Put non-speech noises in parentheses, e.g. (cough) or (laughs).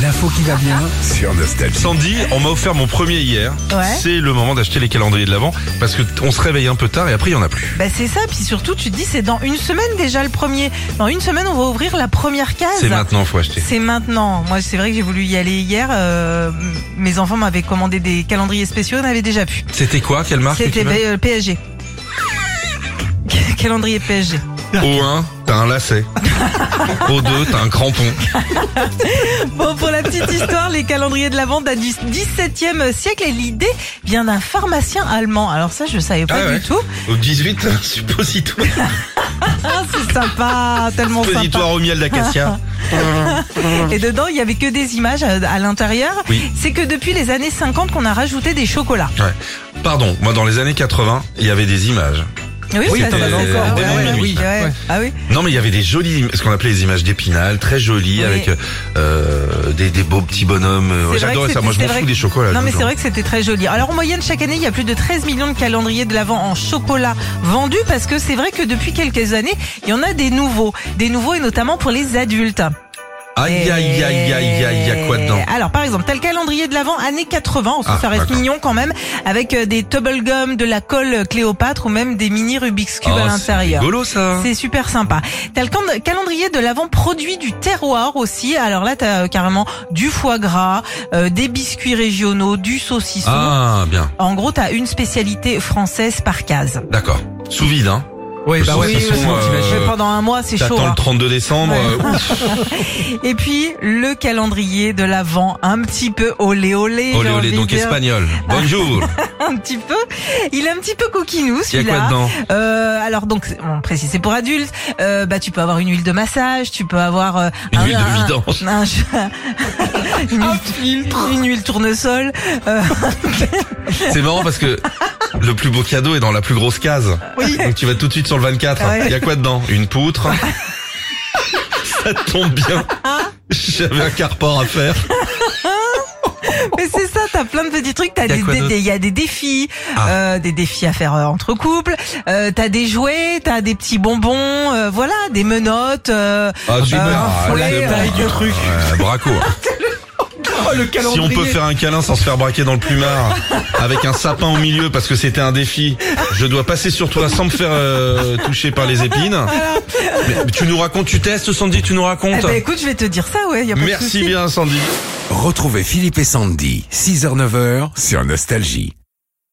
l'info qui va bien. Sur Nostalgie. Sandy, on m'a offert mon premier hier. Ouais. C'est le moment d'acheter les calendriers de l'avant parce que on se réveille un peu tard et après il y en a plus. Bah c'est ça, puis surtout tu te dis c'est dans une semaine déjà le premier. Dans une semaine on va ouvrir la première case. C'est maintenant faut acheter. C'est maintenant. Moi c'est vrai que j'ai voulu y aller hier. euh, mes enfants m'avaient commandé des calendriers spéciaux, on avait déjà pu. C'était quoi quelle marque C'était Étienne euh, PSG. (laughs) Calendrier PSG. Au 1, t'as un (laughs) lacet. Au 2, t'as un crampon. Bon, pour (laughs) la petite histoire, les calendriers de l'Avent datent du XVIIe siècle et l'idée vient d'un pharmacien allemand. Alors ça, je savais pas Ah ouais. du tout. Au 18, t'as un (laughs) suppositoire. Ah, c'est sympa, tellement sympa. Suppositoire au miel (laughs) d'acacia. Et dedans, il y avait que des images euh, à, à l'intérieur. Mmh. Oui. C'est que depuis les années 50 qu'on a rajouté des chocolats. Ouais. Pardon, moi dans les années 80, il y avait des images. Oui, Oui, ça, c'était c'est encore. des Ouais, noms ouais, de ouais. minuit. Ouais. Ah oui. Non mais il y avait des jolies, im- ce qu'on appelait les images d'épinal, très jolies, Oui. avec euh, des, des beaux petits bonhommes. euh, C'est vrai J'adorais que ça, c'est- moi je c'est m'en vrai fous que- des chocolats. Non, mais genre. c'est vrai que c'était très joli. Alors, en moyenne, chaque année, il y a plus de 13 millions de calendriers de l'Avent en chocolat vendus parce que c'est vrai que depuis quelques années, il y en a des nouveaux. Des nouveaux et notamment pour les adultes. Aïe aïe aïe aïe aïe, il y a quoi dedans Alors par exemple, t'as le calendrier de l'avant années 80, on se Ah, ça reste d'accord. mignon quand même, avec euh, des tubble gum, de la colle Cléopâtre ou même des mini Rubik's Cube à Oh, C'est l'intérieur. rigolo ça. C'est super sympa. T'as le can- calendrier de l'avant produit du terroir aussi. Alors là, t'as euh, carrément du foie gras, euh, des biscuits régionaux, du saucisson. Ah bien, En gros, t'as une spécialité française par case. d'accord. Sous vide hein. Ouais, bah Parce ouais, que de toute façon, sinon, euh, t'imagines. Mais pendant un mois, c'est chaud. T'attends hein. le 32 décembre. Ouais. euh, (laughs) ouf, Et puis le calendrier de l'avant, un petit peu olé olé olé. j'ai envie olé, de Oh, donc dire. espagnol. Bonjour. (laughs) un petit peu. Il est un petit peu Il coquinou y a quoi celui-là. dedans Euh, alors donc c'est- on précise c'est pour adultes. Euh, bah tu peux avoir une huile de massage, tu peux avoir euh, Une huile de vidange. (laughs) un- une, huile, une huile tournesol. Euh, C'est marrant parce que le plus beau cadeau est dans la plus grosse case. Oui. Donc tu vas tout de suite sur le 24. Ah Ouais. Il y a quoi dedans Une poutre. Ça tombe bien. Hein J'avais un carport à faire. (laughs) mais c'est ça, t'as plein de petits trucs. T'as Y a des, quoi des- d'autre des- y a des défis, Ah. euh, des défis à faire euh, entre couples. Euh, t'as des jouets, t'as des petits bonbons, euh, voilà, des menottes. euh, Ah, tu Euh, meurs. un Ah, fouet, c'est euh, bon. taille du truc. Ouais, braco. Oh, le Si on calendrier. peut faire un câlin sans se faire braquer dans le plumard, avec un sapin au milieu parce que c'était un défi, je dois passer sur toi sans me faire euh, toucher par les épines. Mais tu nous racontes, tu testes Sandy, tu nous eh racontes. ben, écoute, je vais te dire ça, ouais. Y a pas de Merci souci. bien Sandy. Retrouvez Philippe et Sandy, 6h-9h, sur Nostalgie.